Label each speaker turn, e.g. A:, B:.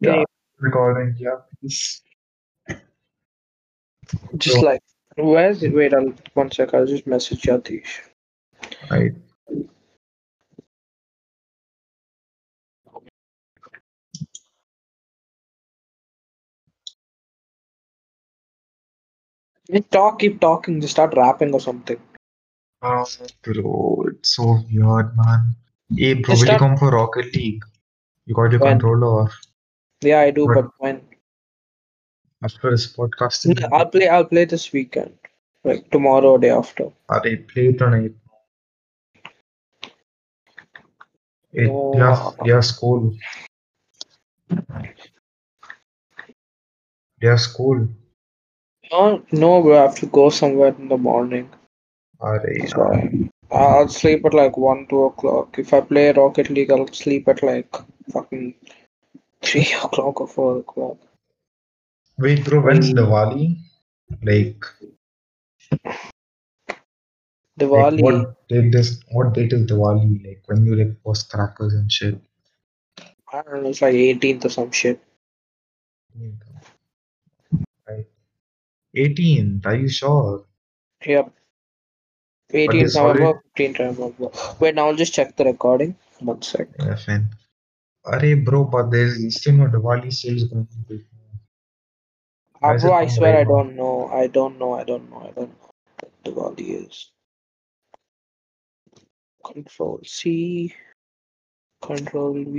A: Yeah.
B: recording. Yeah.
A: Just
B: So-
A: like, where's it? Wait, I'll, one sec. I'll just message Yatish.
B: Right.
A: Just talk, keep talking, just start rapping or something.
B: Uh, bro, it's so weird, man. Hey, bro, will you
A: start-
B: come for Rocket League? You got your
A: When?
B: controller off
A: Yeah, I do,
B: Right.
A: but when?
B: after this podcasting.
A: I'll play. I'll play this weekend, like tomorrow, or day after.
B: Are they play tonight? It,
A: No. uh-uh.
B: yeah, yeah, school. Yeah, school.
A: No, no, bro. I have to go somewhere in the morning.
B: Are
A: That's why. I'll sleep at like one, two o'clock. If I play Rocket League, I'll sleep at like fucking three o'clock or four o'clock.
B: Wait, bro,
A: Mm.
B: when's Diwali? Like, like
A: Diwali.
B: what date is what date is Diwali? Like when you like post crackers and shit.
A: I don't know. It's like 18th or some shit.
B: Right. 18th, are you sure?
A: Yep. 18th
B: it's already-
A: November, 15th November. Wait, now I'll just check the recording. One sec.
B: Yeah, fine. Arey bro, but there's still no Diwali sales going on. Why
A: Ah,
B: is
A: bro,
B: it
A: I
B: from
A: swear I
B: Raymond?
A: don't know. I don't know. I don't know. I don't know what Diwali is. Control C. Control V.